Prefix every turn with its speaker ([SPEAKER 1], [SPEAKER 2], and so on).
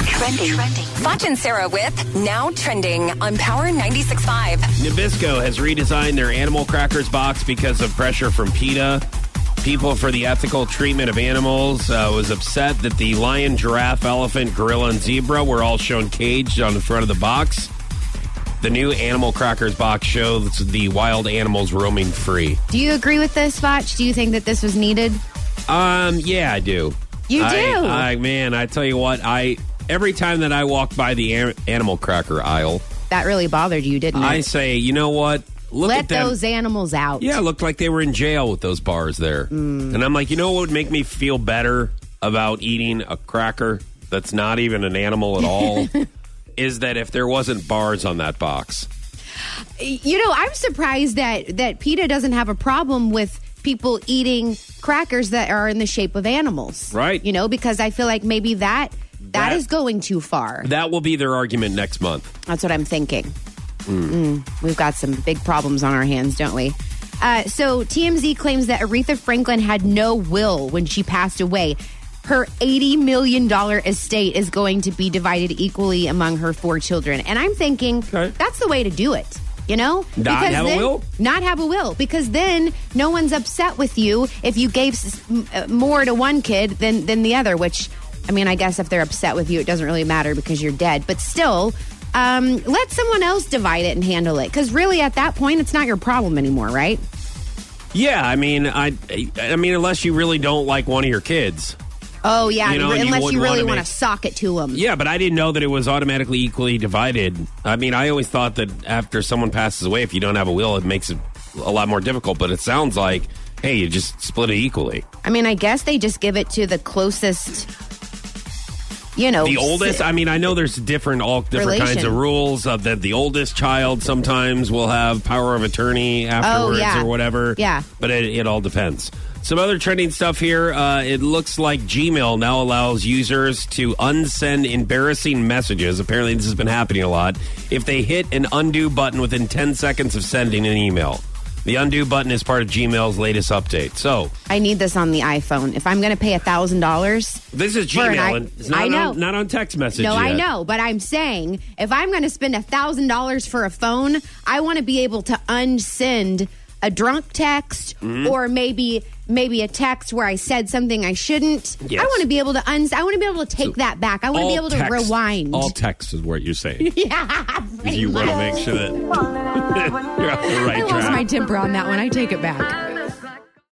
[SPEAKER 1] Trending. Trending. Foch and Sarah with Now Trending on Power 96.5.
[SPEAKER 2] Nabisco has redesigned their animal crackers box because of pressure from PETA. People for the Ethical Treatment of Animals uh, was upset that the lion, giraffe, elephant, gorilla, and zebra were all shown caged on the front of the box. The new animal crackers box shows the wild animals roaming free.
[SPEAKER 3] Do you agree with this, Foch? Do you think that this was needed?
[SPEAKER 2] Um, yeah, I do.
[SPEAKER 3] You
[SPEAKER 2] I-
[SPEAKER 3] do?
[SPEAKER 2] I, man, I tell you what, I every time that I walk by the an- animal cracker aisle,
[SPEAKER 3] That really bothered you, didn't
[SPEAKER 2] I
[SPEAKER 3] it?
[SPEAKER 2] say, you know what? Look
[SPEAKER 3] Let
[SPEAKER 2] at them.
[SPEAKER 3] those animals out.
[SPEAKER 2] Yeah, it looked like they were in jail with those bars there. And I'm like, you know what would make me feel better about eating a cracker that's not even an animal at all? is that if there wasn't bars on that box.
[SPEAKER 3] You know, I'm surprised that that PETA doesn't have a problem with people eating crackers that are in the shape of animals.
[SPEAKER 2] Right.
[SPEAKER 3] You know, because I feel like maybe that
[SPEAKER 2] That-
[SPEAKER 3] that is going too far.
[SPEAKER 2] That will be their argument next month.
[SPEAKER 3] That's what I'm thinking. Mm, we've got some big problems on our hands, don't we? Uh, so TMZ claims that Aretha Franklin had no will when she passed away. Her $80 million estate is going to be divided equally among her four children. And I'm thinking
[SPEAKER 2] Okay.
[SPEAKER 3] that's the way to do it. You know?
[SPEAKER 2] Not
[SPEAKER 3] Because
[SPEAKER 2] have a
[SPEAKER 3] then-
[SPEAKER 2] will?
[SPEAKER 3] Not have a will. Because then no one's upset with you if you gave s- m- uh, more to one kid than, than the other, which, I mean, I guess if they're upset with you, it doesn't really matter because you're dead. But still, um, let someone else divide it and handle it. Because really, at that point, it's not your problem anymore, right?
[SPEAKER 2] Yeah, I mean, I I mean unless you really don't like one of your kids.
[SPEAKER 3] Oh, yeah.
[SPEAKER 2] You know, and you
[SPEAKER 3] unless you
[SPEAKER 2] wouldn't
[SPEAKER 3] really
[SPEAKER 2] wanna
[SPEAKER 3] want to
[SPEAKER 2] make-
[SPEAKER 3] sock it to them.
[SPEAKER 2] Yeah, but I didn't know that it was automatically equally divided. I mean, I always thought that after someone passes away if you don't have a will it makes it a lot more difficult, but it sounds like hey, you just split it equally.
[SPEAKER 3] I mean, I guess they just give it to the closest, you know.
[SPEAKER 2] The oldest, I mean, I know there's different all different
[SPEAKER 3] Oh, Relation.
[SPEAKER 2] kinds of rules of that. The oldest child sometimes will have power of attorney afterwards
[SPEAKER 3] Oh, yeah.
[SPEAKER 2] or whatever.
[SPEAKER 3] Yeah.
[SPEAKER 2] but it, it all depends. Some other trending stuff here. Uh, it looks like Gmail now allows users to unsend embarrassing messages. Apparently, this has been happening a lot. If they hit an undo button within 10 seconds of sending an email, the undo button is part of Gmail's latest update. So,
[SPEAKER 3] I need this on the iPhone. If I'm going to pay a thousand dollars,
[SPEAKER 2] this is
[SPEAKER 3] Vern,
[SPEAKER 2] Gmail.
[SPEAKER 3] I-
[SPEAKER 2] and it's not,
[SPEAKER 3] I know.
[SPEAKER 2] On, not on text message.
[SPEAKER 3] no, I
[SPEAKER 2] yet.
[SPEAKER 3] know, but I'm saying if I'm going to spend a thousand dollars for a phone, I want to be able to unsend a drunk text
[SPEAKER 2] Mm-hmm.
[SPEAKER 3] or maybe maybe a text where I said something I shouldn't.
[SPEAKER 2] Yes.
[SPEAKER 3] I want to be able to uns. I want to be able to take that back. I want to be able to
[SPEAKER 2] text-
[SPEAKER 3] rewind.
[SPEAKER 2] All text is what you're saying.
[SPEAKER 3] yeah,
[SPEAKER 2] you want to make sure that you're on the
[SPEAKER 3] I
[SPEAKER 2] right
[SPEAKER 3] lost my
[SPEAKER 2] track.
[SPEAKER 3] temper on that one. I take it back.